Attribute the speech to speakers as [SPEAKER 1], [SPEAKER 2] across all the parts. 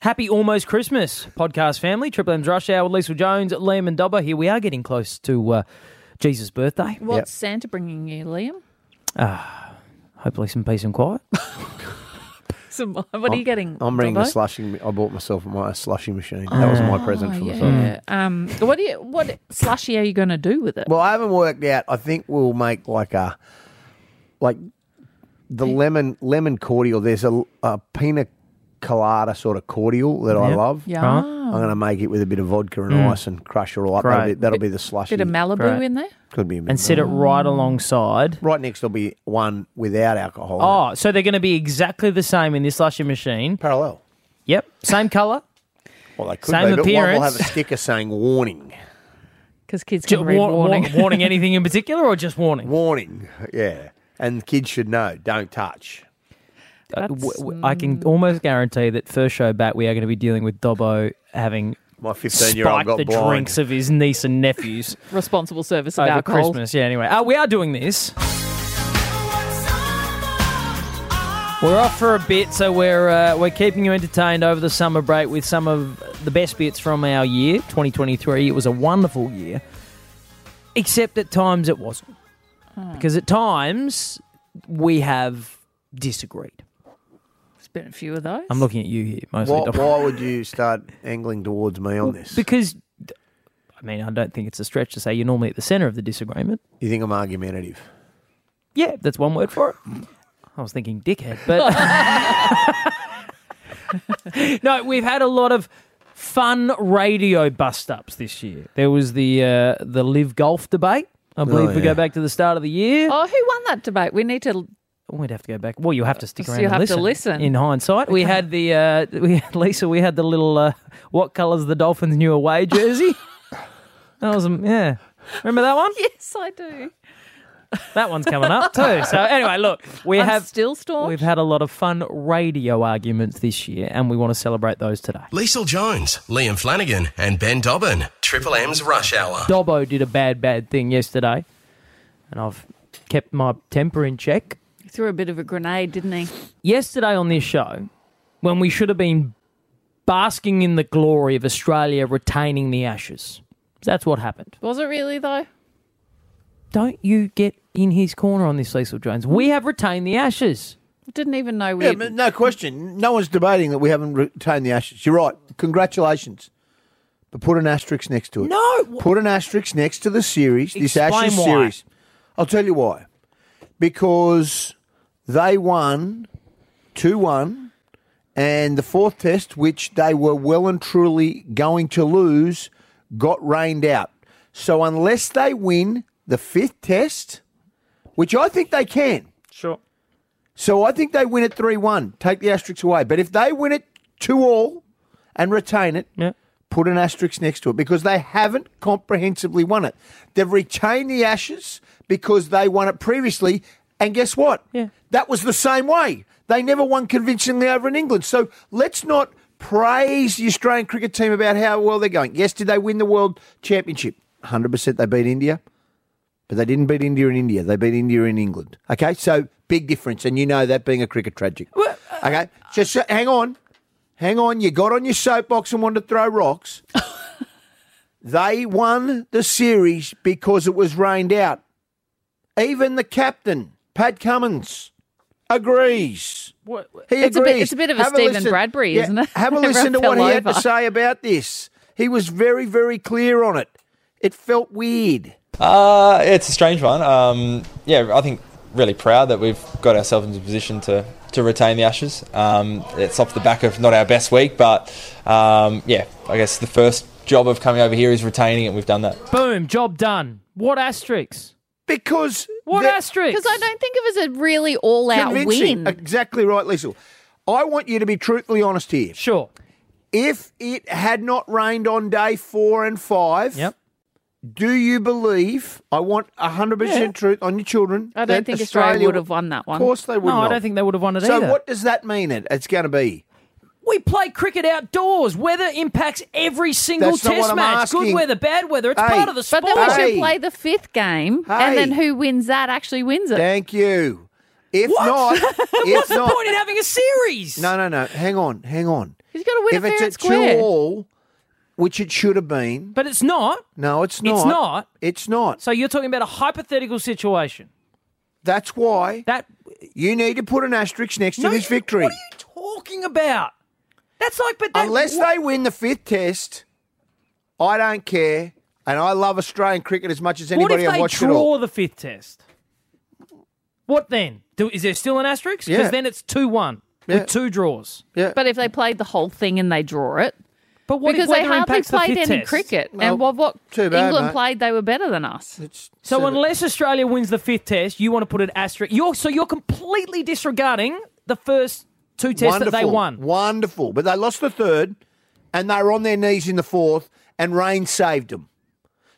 [SPEAKER 1] Happy almost Christmas, podcast family. Triple M's Rush Hour with Lisa Jones, Liam and Dobber here. We are getting close to uh, Jesus' birthday.
[SPEAKER 2] What's Santa bringing you, Liam?
[SPEAKER 1] Hopefully, some peace and quiet.
[SPEAKER 2] Some, what are you getting?
[SPEAKER 3] I'm bringing a
[SPEAKER 2] Dobbo?
[SPEAKER 3] slushing. I bought myself my slushing machine. That was my present
[SPEAKER 2] Oh,
[SPEAKER 3] for myself.
[SPEAKER 2] yeah. Um, what do you, what slushy are you going to do with it?
[SPEAKER 3] Well, I haven't worked out. I think we'll make like a like the lemon lemon cordial. There's a, a pina colada sort of cordial that I
[SPEAKER 1] Yeah.
[SPEAKER 3] love.
[SPEAKER 2] yeah,
[SPEAKER 3] I'm going to make it with a bit of vodka and ice and crush it all up.
[SPEAKER 1] Great.
[SPEAKER 3] That'll be, that'll be the slushy.
[SPEAKER 2] bit of Malibu
[SPEAKER 1] Great.
[SPEAKER 2] in there.
[SPEAKER 3] Could be a bit
[SPEAKER 1] And set it right alongside.
[SPEAKER 3] Right next, there'll be one without alcohol. in it.
[SPEAKER 1] Oh, so they're going to be exactly the same in this slushy machine.
[SPEAKER 3] parallel.
[SPEAKER 1] Yep, same colour.
[SPEAKER 3] Well, they could
[SPEAKER 1] Same
[SPEAKER 3] be, but one will
[SPEAKER 1] appearance.
[SPEAKER 3] have a sticker saying "warning."
[SPEAKER 2] Because kids
[SPEAKER 1] Ju-
[SPEAKER 2] can read
[SPEAKER 1] war- war-
[SPEAKER 2] warning.
[SPEAKER 1] warning anything in particular or just warning?
[SPEAKER 3] Warning, yeah. And kids should know, don't touch.
[SPEAKER 1] Uh, w-
[SPEAKER 2] That's-
[SPEAKER 1] w- I can almost guarantee that first show back, we are going to be dealing with Dobbo having
[SPEAKER 3] My 15 year old
[SPEAKER 1] spiked
[SPEAKER 3] got
[SPEAKER 1] the
[SPEAKER 3] blind.
[SPEAKER 1] drinks of his niece and nephews
[SPEAKER 2] responsible service of
[SPEAKER 1] over
[SPEAKER 2] alcohol.
[SPEAKER 1] Christmas. Yeah, anyway. Uh, we are doing this. We're off for a bit, so we're uh, we're keeping you entertained over the summer break with some of the best bits from our year, 2023. It was a wonderful year, except at times it wasn't, because at times we have disagreed.
[SPEAKER 2] There's been a few of those.
[SPEAKER 1] I'm looking at you here mostly.
[SPEAKER 3] Why,
[SPEAKER 1] Dom.
[SPEAKER 3] why would you start angling towards me on this?
[SPEAKER 1] Because, I mean, I don't think it's a stretch to say you're normally at the centre of the disagreement.
[SPEAKER 3] You think I'm argumentative?
[SPEAKER 1] Yeah, that's one word for it. I was thinking dickhead, but no, we've had a lot of fun radio bust ups this year. There was the uh, the live golf debate. I believe we
[SPEAKER 3] yeah.
[SPEAKER 1] go back to the start of the year.
[SPEAKER 2] Oh, who won that debate? We need to.
[SPEAKER 1] We'd have to go back. Well, you'll have to stick
[SPEAKER 2] So
[SPEAKER 1] around.
[SPEAKER 2] you'll
[SPEAKER 1] and
[SPEAKER 2] have to listen.
[SPEAKER 1] In hindsight, we had the uh, we had Lisa. We had the little uh, what colours the Dolphins' new away jersey. that was um, yeah. Remember that one?
[SPEAKER 2] Yes, I do.
[SPEAKER 1] That one's coming up too. So anyway, look, we
[SPEAKER 2] I'm
[SPEAKER 1] have
[SPEAKER 2] still staunch.
[SPEAKER 1] We've had a lot of fun radio arguments this year, and we want to celebrate those today.
[SPEAKER 4] Liesl Jones, Liam Flanagan, and Ben Dobbin. Triple M's Rush Hour.
[SPEAKER 1] Dobbo did a bad, bad thing yesterday, and I've kept my temper in check.
[SPEAKER 2] He threw a bit of a grenade, didn't he?
[SPEAKER 1] Yesterday on this show, when we should have been basking in the glory of Australia retaining the ashes, that's what happened.
[SPEAKER 2] Was it really though?
[SPEAKER 1] Don't you get in his corner on this, Cecil Jones. We have retained the ashes.
[SPEAKER 2] Didn't even know we.
[SPEAKER 3] Yeah, but no question. No one's debating that we haven't retained the ashes. You're right. Congratulations. But put an asterisk next to it.
[SPEAKER 1] No.
[SPEAKER 3] Put an asterisk next to the series, this
[SPEAKER 1] Explain
[SPEAKER 3] Ashes
[SPEAKER 1] why.
[SPEAKER 3] series. I'll tell you why. Because they won 2 1, and the fourth test, which they were well and truly going to lose, got rained out. So unless they win the fifth test, which I think they can,
[SPEAKER 1] Sure.
[SPEAKER 3] so I think they win it 3 1. Take the asterisks away. But if they win it 2 all and retain it,
[SPEAKER 1] Yeah.
[SPEAKER 3] put an asterisk next to it because they haven't comprehensively won it. They've retained the ashes because they won it previously. And guess what?
[SPEAKER 1] Yeah.
[SPEAKER 3] That was the same way. They never won convincingly over in England. So let's not praise the Australian cricket team about how well they're going. Yes, did they win the World Championship? 100% they beat India. But they didn't beat India in India. They beat India in England. Okay, so big difference, and you know that being a cricket tragic. Okay, just uh, hang on, hang on. You got on your soapbox and wanted to throw rocks. they won the series because it was rained out. Even the captain, Pat Cummins, agrees. He
[SPEAKER 2] It's a bit-
[SPEAKER 3] agrees.
[SPEAKER 2] it's a bit of a
[SPEAKER 3] Have
[SPEAKER 2] Stephen Bradbury, isn't it?
[SPEAKER 3] Have a
[SPEAKER 2] Everyone
[SPEAKER 3] listen to what
[SPEAKER 2] fell
[SPEAKER 3] he had to
[SPEAKER 2] over.
[SPEAKER 3] say about this. He was very, very clear on it. It felt weird.
[SPEAKER 5] Uh, it's a strange one. Um, yeah, I think really proud that we've got ourselves into a position to, to retain the Ashes. Um, it's off the back of not our best week, but um, yeah, I guess the first job of coming over here is retaining it. We've done that.
[SPEAKER 1] Boom, job done. What asterisks?
[SPEAKER 3] Because
[SPEAKER 1] What
[SPEAKER 3] the-
[SPEAKER 1] asterisks?
[SPEAKER 2] Because I don't think it was a really all-out
[SPEAKER 3] convincing.
[SPEAKER 2] win.
[SPEAKER 3] Exactly right, Liesl. I want you to be truthfully honest here.
[SPEAKER 1] Sure.
[SPEAKER 3] If it had not rained on day four and five,
[SPEAKER 1] Yep.
[SPEAKER 3] do you believe? I want hundred percent truth on your children.
[SPEAKER 2] I don't
[SPEAKER 3] that
[SPEAKER 2] think Australia would have won that one.
[SPEAKER 3] Of course, they would.
[SPEAKER 1] No,
[SPEAKER 3] not.
[SPEAKER 1] I don't think they would have won it
[SPEAKER 3] So
[SPEAKER 1] either.
[SPEAKER 3] what does that mean? It it's going to be.
[SPEAKER 1] We play cricket outdoors. Weather impacts every single
[SPEAKER 3] That's not
[SPEAKER 1] test
[SPEAKER 3] what I'm
[SPEAKER 1] match. Good
[SPEAKER 3] asking.
[SPEAKER 1] weather, bad weather. It's
[SPEAKER 3] Hey,
[SPEAKER 1] part of the sport.
[SPEAKER 2] But then we
[SPEAKER 3] Hey.
[SPEAKER 2] should play the fifth game, and then
[SPEAKER 3] Hey.
[SPEAKER 2] who wins that actually wins it.
[SPEAKER 3] Thank you. If
[SPEAKER 1] What?
[SPEAKER 3] not, if
[SPEAKER 1] What's the
[SPEAKER 3] not,
[SPEAKER 1] point in having a series?
[SPEAKER 3] no, no, no. Hang on, hang on.
[SPEAKER 2] He's got to win
[SPEAKER 6] if
[SPEAKER 2] a fair
[SPEAKER 6] it's
[SPEAKER 2] and
[SPEAKER 6] at two
[SPEAKER 2] square.
[SPEAKER 6] all, which it should have been,
[SPEAKER 1] But it's not.
[SPEAKER 6] no, it's not.
[SPEAKER 1] not.
[SPEAKER 6] It's not.
[SPEAKER 1] So you're talking about a hypothetical situation.
[SPEAKER 6] That's why
[SPEAKER 1] That
[SPEAKER 6] you need to put an asterisk next to this
[SPEAKER 1] you-
[SPEAKER 6] victory.
[SPEAKER 1] What are you talking about? That's like, but that,
[SPEAKER 6] Unless they win the fifth test, I don't care. And I love Australian cricket as much as
[SPEAKER 1] what
[SPEAKER 6] anybody.
[SPEAKER 1] if
[SPEAKER 6] I've
[SPEAKER 1] they
[SPEAKER 6] watched it all.
[SPEAKER 1] draw the fifth test? What then? Do, is there still an asterisk? Because
[SPEAKER 6] Yeah.
[SPEAKER 1] then it's two one
[SPEAKER 6] Yeah.
[SPEAKER 1] with two draws.
[SPEAKER 6] Yeah.
[SPEAKER 2] But if they played the whole thing and they draw it,
[SPEAKER 1] But what
[SPEAKER 2] because
[SPEAKER 1] if
[SPEAKER 2] they
[SPEAKER 1] weather
[SPEAKER 2] hardly
[SPEAKER 1] impacts the
[SPEAKER 2] played
[SPEAKER 1] fifth
[SPEAKER 2] any
[SPEAKER 1] test?
[SPEAKER 2] cricket,
[SPEAKER 6] Well,
[SPEAKER 2] and what what
[SPEAKER 6] too bad,
[SPEAKER 2] England
[SPEAKER 6] mate.
[SPEAKER 2] played, they were better than us.
[SPEAKER 6] It's-
[SPEAKER 1] So
[SPEAKER 6] it's-
[SPEAKER 1] unless Australia wins the fifth test, you want to put an asterisk. You're so you're completely disregarding the first two tests that they won.
[SPEAKER 6] Wonderful. But they lost the third and they were on their knees in the fourth and rain saved them.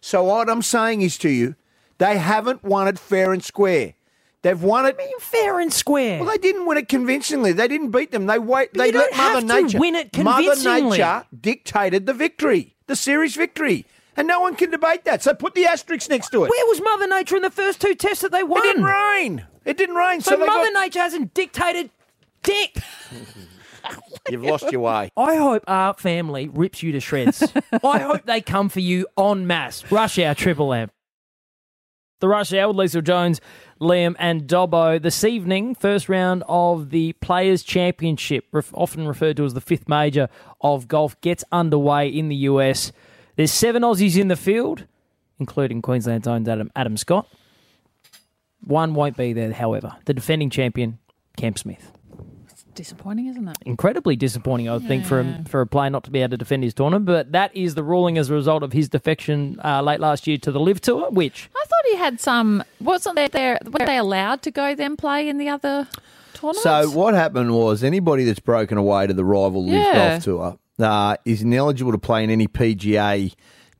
[SPEAKER 6] So what I'm saying is to you, they haven't won it fair and square. They've won it.
[SPEAKER 1] Fair and square.
[SPEAKER 6] Well, they didn't win it convincingly. They didn't beat them. They wait. they let
[SPEAKER 1] you don't
[SPEAKER 6] Mother
[SPEAKER 1] have to
[SPEAKER 6] Nature
[SPEAKER 1] win it
[SPEAKER 6] Mother
[SPEAKER 1] convincingly.
[SPEAKER 6] Nature dictated the victory, the series victory, and no one can debate that. So put the asterisk next to it.
[SPEAKER 1] Where was Mother Nature in the first two tests that they won?
[SPEAKER 6] It didn't rain. It didn't rain. So,
[SPEAKER 1] So
[SPEAKER 6] they
[SPEAKER 1] Mother
[SPEAKER 6] got,
[SPEAKER 1] Nature hasn't dictated dick.
[SPEAKER 6] you've lost your way.
[SPEAKER 1] I hope our family rips you to shreds. I hope they come for you en masse. Rush Hour Triple M. The Rush Hour with Lisa Jones, Liam, and Dobbo. This evening, first round of the Players' Championship, ref- often referred to as the fifth major of golf, gets underway in the US. There's seven Aussies in the field, including Queensland's own Adam, Adam Scott. One won't be there, however. The defending champion, Cam Smith
[SPEAKER 2] Disappointing, isn't it?
[SPEAKER 1] incredibly disappointing, I would think, for him, for a player not to be able to defend his tournament. But that is the ruling as a result of his defection uh, late last year to the Live Tour, which
[SPEAKER 3] Uh,
[SPEAKER 2] I thought he had some. Wasn't there? there were they allowed to go then play in the other tournaments?
[SPEAKER 3] So what happened was anybody that's broken away to the rival Live
[SPEAKER 2] Yeah.
[SPEAKER 3] Golf Tour uh, is ineligible to play in any PGA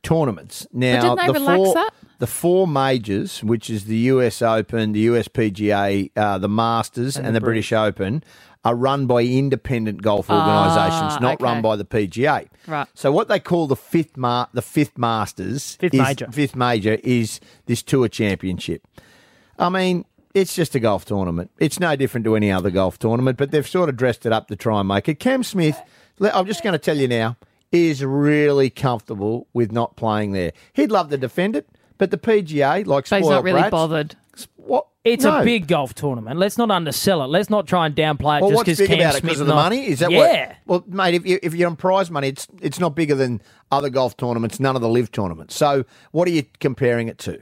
[SPEAKER 3] tournaments. Now
[SPEAKER 2] didn't they
[SPEAKER 3] the
[SPEAKER 2] relax
[SPEAKER 3] four
[SPEAKER 2] that?
[SPEAKER 3] the four majors, which is the US Open, the USPGA, uh, the Masters, and, the British Open, are run by independent golf organisations, not
[SPEAKER 2] Ah, okay.
[SPEAKER 3] run by the PGA.
[SPEAKER 2] Right.
[SPEAKER 3] So what they call the fifth mar- the fifth Masters,
[SPEAKER 1] Fifth
[SPEAKER 3] is-
[SPEAKER 1] major.
[SPEAKER 3] fifth major is this Tour Championship. I mean, it's just a golf tournament. It's no different to any other golf tournament, but they've sort of dressed it up to try and make it. Cam Smith, le- I'm just going to tell you now, is really comfortable with not playing there. He'd love to defend it, but the PGA, like
[SPEAKER 2] so he's
[SPEAKER 3] spoiled
[SPEAKER 2] not really
[SPEAKER 3] brats,
[SPEAKER 2] bothered.
[SPEAKER 3] What?
[SPEAKER 1] it's
[SPEAKER 3] No.
[SPEAKER 1] a big golf tournament. Let's not undersell it. Let's not try and downplay it
[SPEAKER 3] Well,
[SPEAKER 1] just
[SPEAKER 3] what's
[SPEAKER 1] because
[SPEAKER 3] big
[SPEAKER 1] Cam
[SPEAKER 3] about it
[SPEAKER 1] Smith
[SPEAKER 3] because of the
[SPEAKER 1] not-
[SPEAKER 3] money? Is that
[SPEAKER 1] yeah?
[SPEAKER 3] what? Well, mate, if, you, if you're on prize money, it's it's not bigger than other golf tournaments, none of the live tournaments. So, what are you comparing it to?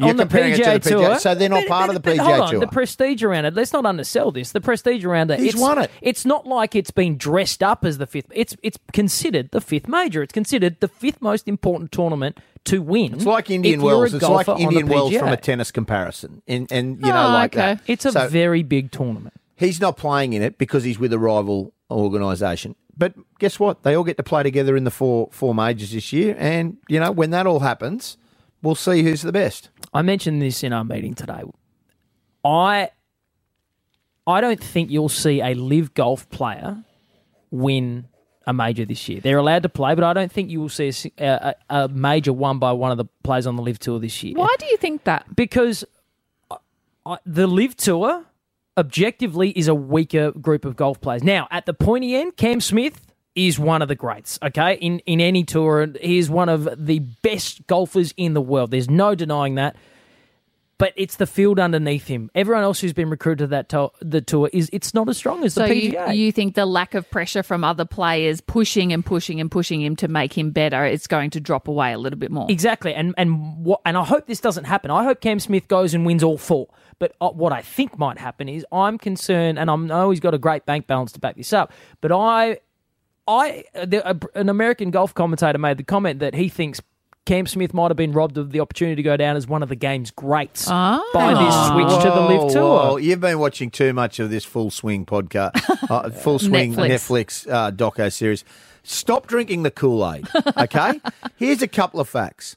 [SPEAKER 3] You're
[SPEAKER 1] on the
[SPEAKER 3] comparing
[SPEAKER 1] PGA,
[SPEAKER 3] it to the PGA,
[SPEAKER 1] tour,
[SPEAKER 3] so they're not
[SPEAKER 1] But-
[SPEAKER 3] part
[SPEAKER 1] but-
[SPEAKER 3] of the PGA
[SPEAKER 1] but hold on,
[SPEAKER 3] tour.
[SPEAKER 1] The prestige around it. Let's not undersell this. The prestige around it.
[SPEAKER 3] He's
[SPEAKER 1] it's,
[SPEAKER 3] won it.
[SPEAKER 1] It's not like it's been dressed up as the fifth. It's it's considered the fifth major. It's considered the fifth most important tournament to win.
[SPEAKER 3] It's like Indian
[SPEAKER 1] Hmm? if you're a
[SPEAKER 3] Wells. It's like
[SPEAKER 1] golfer on the
[SPEAKER 3] Indian Wells from a
[SPEAKER 1] PGA.
[SPEAKER 3] tennis comparison, and and you
[SPEAKER 2] Oh,
[SPEAKER 3] know like
[SPEAKER 2] okay.
[SPEAKER 3] that.
[SPEAKER 1] It's a
[SPEAKER 3] So-
[SPEAKER 1] very big tournament.
[SPEAKER 3] He's not playing in it because he's with a rival organisation. But guess what? They all get to play together in the four four majors this year, and you know when that all happens, we'll see who's the best.
[SPEAKER 1] I mentioned this in our meeting today. I I don't think you'll see a live golf player win a major this year. They're allowed to play, but I don't think you will see a si- a, a, a major won by one of the players on the live tour this year.
[SPEAKER 2] Why do you think that?
[SPEAKER 1] Because I- I, the live tour objectively is a weaker group of golf players. Now, at the pointy end, Cam Smith is one of the greats, okay? In in any tour, and he is one of the best golfers in the world. There's no denying that but it's the field underneath him. Everyone else who's been recruited to that to- the tour is it's not as strong as
[SPEAKER 2] So
[SPEAKER 1] the
[SPEAKER 2] you,
[SPEAKER 1] PGA.
[SPEAKER 2] you think the lack of pressure from other players pushing and pushing and pushing him to make him better, it's going to drop away a little bit more.
[SPEAKER 1] exactly, and and what and I hope this doesn't happen. I hope Cam Smith goes and wins all four. But uh, what I think might happen is I'm concerned, and I know he's got a great bank balance to back this up. But I, I, uh, the, a, an American golf commentator made the comment that he thinks. Cam Smith might have been robbed of the opportunity to go down as one of the game's greats by this switch to the
[SPEAKER 3] Oh,
[SPEAKER 1] live tour.
[SPEAKER 3] well, you've been watching too much of this full swing podcast, uh, full swing
[SPEAKER 2] Netflix.
[SPEAKER 3] Netflix, uh, doco series. Stop drinking the Kool Aid. Okay, here's a couple of facts.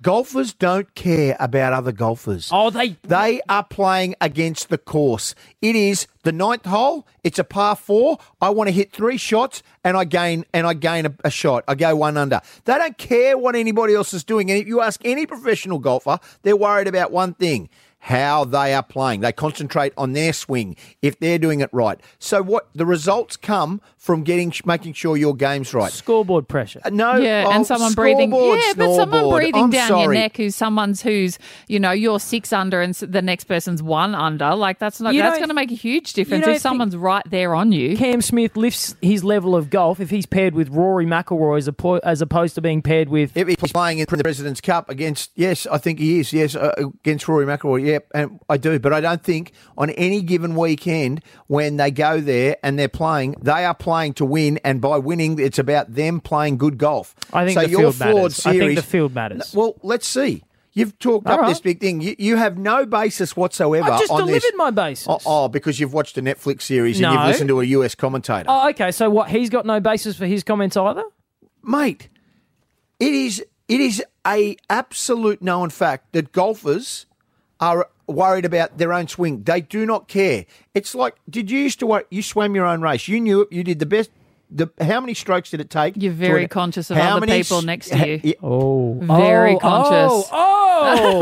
[SPEAKER 3] Golfers don't care about other golfers.
[SPEAKER 1] Oh, they
[SPEAKER 3] They are playing against the course. It is the ninth hole. It's a par four. I want to hit three shots, and I gain and I gain a, a shot. I go one under. They don't care what anybody else is doing. And if you ask any professional golfer, they're worried about one thing: how they are playing. They concentrate on their swing if they're doing it right. So what the results come from getting making sure your game's right.
[SPEAKER 1] Scoreboard pressure.
[SPEAKER 3] No,
[SPEAKER 2] Yeah,
[SPEAKER 3] oh,
[SPEAKER 2] and someone breathing.
[SPEAKER 3] scoreboard,
[SPEAKER 2] Yeah, but someone
[SPEAKER 3] snoreboard.
[SPEAKER 2] breathing
[SPEAKER 3] I'm
[SPEAKER 2] down your
[SPEAKER 3] sorry.
[SPEAKER 2] neck who's someone's who's you know you're six under and s- the next person's one under. Like that's not
[SPEAKER 1] You
[SPEAKER 2] that's
[SPEAKER 1] don't-
[SPEAKER 2] going to make a huge difference
[SPEAKER 1] don't
[SPEAKER 2] if
[SPEAKER 1] think-
[SPEAKER 2] someone's right there on you.
[SPEAKER 1] Cam Smith lifts his level of golf if he's paired with Rory McIlroy as, oppo- as opposed to being paired with.
[SPEAKER 3] If he's playing in the President's Cup against, yes, I think he is, yes, uh, against Rory McIlroy, yep, and I do. But I don't think on any given weekend when they go there and they're playing, they are playing to win, and by winning, it's about them playing good golf.
[SPEAKER 1] I think
[SPEAKER 3] so
[SPEAKER 1] the
[SPEAKER 3] your
[SPEAKER 1] field
[SPEAKER 3] flawed
[SPEAKER 1] matters. I think
[SPEAKER 3] Series,
[SPEAKER 1] the field matters.
[SPEAKER 3] Well, let's see. You've talked
[SPEAKER 1] All
[SPEAKER 3] up
[SPEAKER 1] right.
[SPEAKER 3] this big thing. You, you have no basis whatsoever.
[SPEAKER 1] I've just
[SPEAKER 3] on
[SPEAKER 1] delivered
[SPEAKER 3] this.
[SPEAKER 1] my basis.
[SPEAKER 3] Oh, oh, because you've watched a Netflix series and
[SPEAKER 1] No.
[SPEAKER 3] you've listened to a US commentator.
[SPEAKER 1] Oh, okay. So what? He's got no basis for his comments either.
[SPEAKER 3] mate, it is it is a absolute known fact that golfers are worried about their own swing. They do not care. It's like, did you used to worry? You swam your own race. You knew it. You did the best. The, how many strokes did it take?
[SPEAKER 2] You're
[SPEAKER 3] to
[SPEAKER 2] very
[SPEAKER 3] an-
[SPEAKER 2] conscious of
[SPEAKER 3] how
[SPEAKER 2] other
[SPEAKER 3] many
[SPEAKER 2] people
[SPEAKER 3] s-
[SPEAKER 2] next to you.
[SPEAKER 3] Yeah,
[SPEAKER 1] Oh,
[SPEAKER 2] Very
[SPEAKER 1] Oh,
[SPEAKER 2] conscious.
[SPEAKER 1] Oh,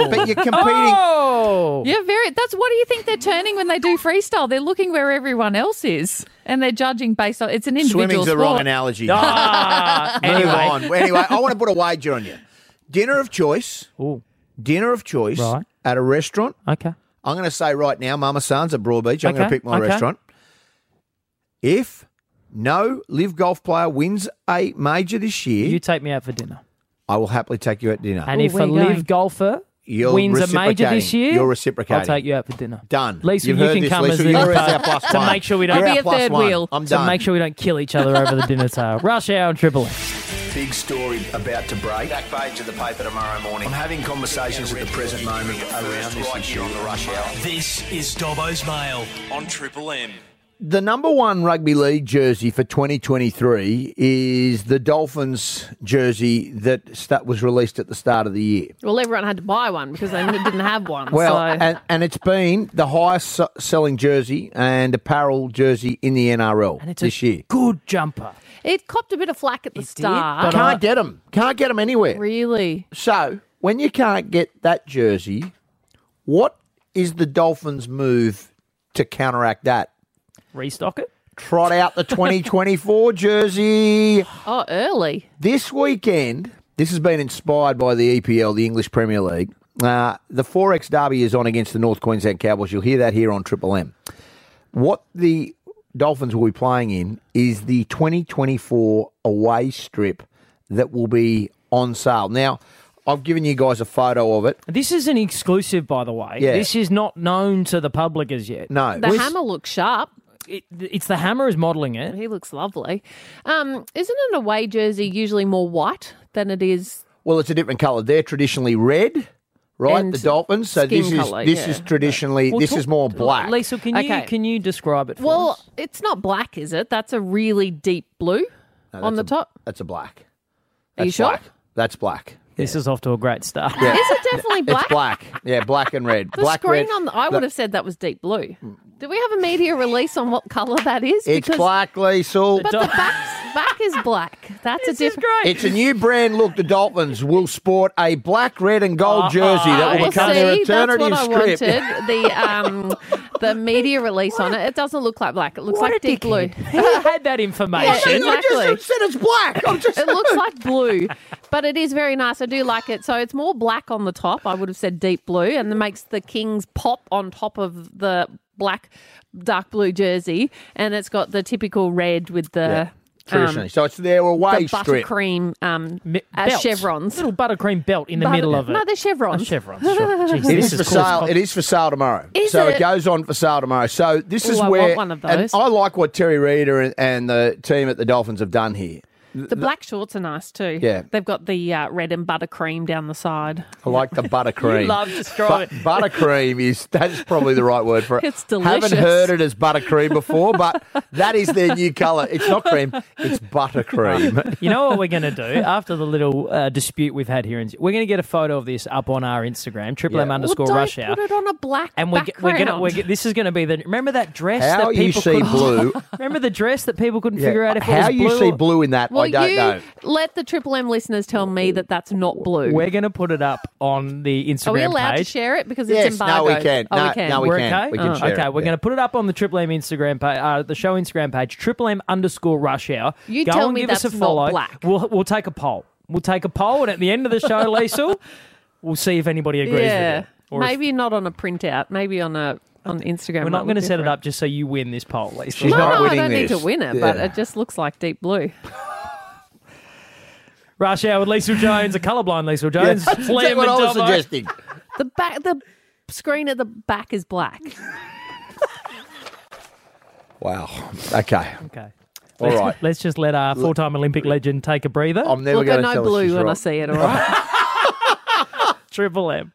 [SPEAKER 1] oh.
[SPEAKER 3] But you're competing.
[SPEAKER 1] Oh.
[SPEAKER 2] Yeah, very. That's what do you think they're turning when they do freestyle? They're looking where everyone else is, and they're judging based on it's an individual
[SPEAKER 3] Swimming's the
[SPEAKER 2] sport.
[SPEAKER 3] wrong analogy.
[SPEAKER 1] Ah,
[SPEAKER 3] Move
[SPEAKER 1] anyway.
[SPEAKER 3] on. Anyway, I want to put a wager on you. Dinner of choice.
[SPEAKER 1] Ooh,
[SPEAKER 3] Dinner of choice
[SPEAKER 1] Right.
[SPEAKER 3] at a restaurant.
[SPEAKER 1] okay.
[SPEAKER 3] I'm going to say right now, Mama San's at Broadbeach. I'm going
[SPEAKER 1] Okay,
[SPEAKER 3] to pick my
[SPEAKER 1] okay.
[SPEAKER 3] restaurant. If no live golf player wins a major this year,
[SPEAKER 1] You take me out for dinner,
[SPEAKER 3] I will happily take you out to dinner.
[SPEAKER 1] and
[SPEAKER 2] Ooh,
[SPEAKER 1] if
[SPEAKER 2] Oh, where
[SPEAKER 1] a
[SPEAKER 2] you going?
[SPEAKER 1] live golfer
[SPEAKER 3] You're
[SPEAKER 1] wins a major this
[SPEAKER 3] reciprocating.
[SPEAKER 1] year,
[SPEAKER 3] You're reciprocating.
[SPEAKER 1] I'll take you out for dinner.
[SPEAKER 3] Done.
[SPEAKER 1] Lisa,
[SPEAKER 3] You've
[SPEAKER 1] you
[SPEAKER 3] heard
[SPEAKER 1] can
[SPEAKER 3] this,
[SPEAKER 1] come
[SPEAKER 3] Lisa.
[SPEAKER 1] as the
[SPEAKER 3] You're our
[SPEAKER 1] third-
[SPEAKER 3] plus
[SPEAKER 1] to
[SPEAKER 3] one.
[SPEAKER 1] make sure we don't
[SPEAKER 3] You're
[SPEAKER 2] I'll be
[SPEAKER 3] our
[SPEAKER 2] a
[SPEAKER 3] plus
[SPEAKER 2] third
[SPEAKER 3] one.
[SPEAKER 2] wheel.
[SPEAKER 3] I'm
[SPEAKER 1] to
[SPEAKER 3] done.
[SPEAKER 1] make sure we don't kill each other over the dinner table. Rush hour and triple M.
[SPEAKER 7] Big story about to break. Back page of the paper tomorrow morning. I'm having conversations at the present moment around this issue on the rush hour.
[SPEAKER 8] This is Dobbo's Mail on Triple M.
[SPEAKER 3] The number one rugby league jersey for 2023 is the Dolphins jersey that sta- was released at the start of the year.
[SPEAKER 9] Well, everyone had to buy one because they didn't have one.
[SPEAKER 3] Well,
[SPEAKER 1] uh,
[SPEAKER 9] so.
[SPEAKER 3] and, and it's been the highest se- selling jersey and apparel jersey in the NRL
[SPEAKER 1] And it's
[SPEAKER 3] this
[SPEAKER 1] a
[SPEAKER 3] year.
[SPEAKER 1] good jumper.
[SPEAKER 9] it copped a bit of flack at the start.
[SPEAKER 1] but I-
[SPEAKER 3] Can't get 'em. Can't get 'em anywhere.
[SPEAKER 9] really?
[SPEAKER 3] So when you can't get that jersey, what is the Dolphins' move to counteract that?
[SPEAKER 1] Restock it.
[SPEAKER 3] Trot out the 2024 jersey.
[SPEAKER 9] Oh, early.
[SPEAKER 3] This weekend, this has been inspired by the EPL, the English Premier League. Uh, the Forex Derby is on against the North Queensland Cowboys. You'll hear that here on Triple M. What the Dolphins will be playing in is the 2024 away strip that will be on sale. Now, I've given you guys a photo of it.
[SPEAKER 1] This is an exclusive, by the way.
[SPEAKER 3] Yeah.
[SPEAKER 1] This is not known to the public as yet.
[SPEAKER 3] No.
[SPEAKER 9] The
[SPEAKER 3] We're-
[SPEAKER 9] hammer looks sharp.
[SPEAKER 1] It, it's the hammer is modelling it.
[SPEAKER 9] He looks lovely. Um, isn't an away jersey usually more white than it is?
[SPEAKER 3] Well, it's a different colour. They're traditionally red, right?
[SPEAKER 9] And
[SPEAKER 3] the Dolphins. So
[SPEAKER 9] skin
[SPEAKER 3] this is
[SPEAKER 9] colour,
[SPEAKER 3] this
[SPEAKER 9] yeah.
[SPEAKER 3] is traditionally
[SPEAKER 1] Well,
[SPEAKER 3] this
[SPEAKER 1] talk-
[SPEAKER 3] is more black.
[SPEAKER 1] Lisa, can
[SPEAKER 9] Okay.
[SPEAKER 1] you can you describe it? For
[SPEAKER 9] Well,
[SPEAKER 1] us?
[SPEAKER 9] it's not black, is it? That's a really deep blue
[SPEAKER 3] No,
[SPEAKER 9] on the
[SPEAKER 3] that's a-
[SPEAKER 9] top.
[SPEAKER 3] That's a black.
[SPEAKER 9] Are you
[SPEAKER 3] That's
[SPEAKER 9] sure?
[SPEAKER 3] black. That's black.
[SPEAKER 1] this is off to a great start.
[SPEAKER 9] Is it definitely black?
[SPEAKER 3] It's black. Yeah, black and red.
[SPEAKER 9] The
[SPEAKER 3] black
[SPEAKER 9] screen
[SPEAKER 3] red. Mm.
[SPEAKER 9] on the, I would have said that was deep blue. Did we have a media release on what colour that is?
[SPEAKER 3] It's black, Liesl.
[SPEAKER 9] But the back's, back is black. That's a different.
[SPEAKER 3] It's a new brand look. The Dolphins will sport a black, red, and gold
[SPEAKER 1] Uh-uh.
[SPEAKER 3] jersey that will
[SPEAKER 9] Uh-huh. Well,
[SPEAKER 3] become
[SPEAKER 9] see,
[SPEAKER 3] their
[SPEAKER 9] that's
[SPEAKER 3] alternative
[SPEAKER 9] what I
[SPEAKER 3] script.
[SPEAKER 9] wanted. The um, the media release on it. It doesn't look like black. It looks like deep blue.
[SPEAKER 1] He had that information.
[SPEAKER 9] Yeah,
[SPEAKER 3] I just said it's black. I'm just
[SPEAKER 9] It looks like blue, but it is very nice. I do like it. So it's more black on the top. I would have said deep blue, and it makes the Kings pop on top of the black, dark blue jersey, and it's got the typical red with the
[SPEAKER 3] traditionally.
[SPEAKER 9] um,
[SPEAKER 3] so it's their
[SPEAKER 9] the
[SPEAKER 3] away strip.
[SPEAKER 9] buttercream um,
[SPEAKER 1] Mi-
[SPEAKER 9] uh,
[SPEAKER 1] belt.
[SPEAKER 9] chevrons.
[SPEAKER 1] Little buttercream belt in the
[SPEAKER 9] Butter-
[SPEAKER 1] middle of it.
[SPEAKER 9] No, they're chevrons.
[SPEAKER 1] Oh, chevrons. Sure. Jeez,
[SPEAKER 3] It
[SPEAKER 1] this
[SPEAKER 3] is for
[SPEAKER 1] cool as
[SPEAKER 3] sale.
[SPEAKER 1] fuck.
[SPEAKER 3] It is for sale tomorrow.
[SPEAKER 9] Is
[SPEAKER 3] so it?
[SPEAKER 9] it?
[SPEAKER 3] goes on for sale tomorrow. So this
[SPEAKER 9] Ooh,
[SPEAKER 3] is
[SPEAKER 9] I
[SPEAKER 3] where
[SPEAKER 9] want one of
[SPEAKER 3] and
[SPEAKER 9] those.
[SPEAKER 3] I like what Terry Reader and, and the team at the Dolphins have done here.
[SPEAKER 9] The black shorts are nice too.
[SPEAKER 3] Yeah.
[SPEAKER 9] They've got the uh, red and buttercream down the side.
[SPEAKER 3] I like the buttercream.
[SPEAKER 1] You love describing
[SPEAKER 3] Bu- buttercream is that's probably the right word for it.
[SPEAKER 9] It's delicious.
[SPEAKER 3] Haven't heard it as buttercream before, but that is their new colour. It's not cream, it's buttercream.
[SPEAKER 1] You know what we're going to do after the little uh, dispute we've had here? in- We're going to get a photo of this up on our Instagram, triple
[SPEAKER 3] Yeah.
[SPEAKER 1] M
[SPEAKER 3] Well,
[SPEAKER 1] underscore
[SPEAKER 9] well, don't
[SPEAKER 1] rush hour.
[SPEAKER 9] Put it on a black
[SPEAKER 1] And we're, g- we're gonna, we're, g- this is going to be the. Remember that dress
[SPEAKER 3] How
[SPEAKER 1] that
[SPEAKER 3] you
[SPEAKER 1] people
[SPEAKER 3] see
[SPEAKER 1] couldn't-
[SPEAKER 3] blue?
[SPEAKER 1] Remember the dress that people couldn't figure out if it
[SPEAKER 3] how
[SPEAKER 1] was
[SPEAKER 3] you
[SPEAKER 1] blue
[SPEAKER 3] see
[SPEAKER 1] or-
[SPEAKER 3] blue in that?
[SPEAKER 2] Well,
[SPEAKER 3] I don't
[SPEAKER 2] you
[SPEAKER 3] know.
[SPEAKER 2] let the Triple M listeners tell me that that's not blue.
[SPEAKER 1] We're going to put it up on the Instagram
[SPEAKER 2] Are we allowed to
[SPEAKER 1] page.
[SPEAKER 2] share it because
[SPEAKER 3] Yes,
[SPEAKER 2] it's
[SPEAKER 3] no,
[SPEAKER 2] embargoed?
[SPEAKER 3] we can.
[SPEAKER 2] Oh,
[SPEAKER 3] no,
[SPEAKER 2] we can.
[SPEAKER 3] no, we
[SPEAKER 1] We're
[SPEAKER 3] can.
[SPEAKER 1] okay.
[SPEAKER 3] We can
[SPEAKER 1] Oh.
[SPEAKER 3] share
[SPEAKER 1] okay,
[SPEAKER 3] it,
[SPEAKER 1] we're
[SPEAKER 3] yeah.
[SPEAKER 1] going to put it up on the Triple M Instagram page, uh, the show Instagram page, Triple M underscore Rush Hour.
[SPEAKER 2] You
[SPEAKER 1] Go
[SPEAKER 2] tell
[SPEAKER 1] and
[SPEAKER 2] me
[SPEAKER 1] give us
[SPEAKER 2] that's
[SPEAKER 1] a
[SPEAKER 2] not
[SPEAKER 1] follow.
[SPEAKER 2] black.
[SPEAKER 1] We'll we'll take a poll. We'll take a poll, and at the end of the show, Liesl, we'll see if anybody agrees
[SPEAKER 2] Yeah.
[SPEAKER 1] with it. Or if-
[SPEAKER 2] maybe not on a printout. Maybe on a on Instagram.
[SPEAKER 1] we're not
[SPEAKER 2] going to
[SPEAKER 1] set it up just so you win this poll, Liesl.
[SPEAKER 3] She's
[SPEAKER 2] No,
[SPEAKER 3] not
[SPEAKER 2] no, I
[SPEAKER 3] winning
[SPEAKER 2] don't need to
[SPEAKER 3] this.
[SPEAKER 2] win it,
[SPEAKER 3] Yeah.
[SPEAKER 2] but it just looks like deep blue.
[SPEAKER 1] Rush Hour with Liesl Jones, a colourblind Liesl Jones.
[SPEAKER 3] That's
[SPEAKER 1] Liam
[SPEAKER 3] what
[SPEAKER 1] and
[SPEAKER 3] I was
[SPEAKER 1] Dobbo.
[SPEAKER 3] suggesting.
[SPEAKER 2] The back, the screen at the back is black.
[SPEAKER 3] Wow. Okay.
[SPEAKER 1] Okay.
[SPEAKER 3] All
[SPEAKER 1] Let's,
[SPEAKER 3] right.
[SPEAKER 1] let's just let our full-time Olympic legend take a breather.
[SPEAKER 3] I'm never
[SPEAKER 2] Look,
[SPEAKER 3] going
[SPEAKER 2] I
[SPEAKER 3] to
[SPEAKER 2] know
[SPEAKER 3] tell her
[SPEAKER 2] blue
[SPEAKER 3] she's
[SPEAKER 2] when I
[SPEAKER 3] right.
[SPEAKER 2] see it. All right.
[SPEAKER 1] Triple M.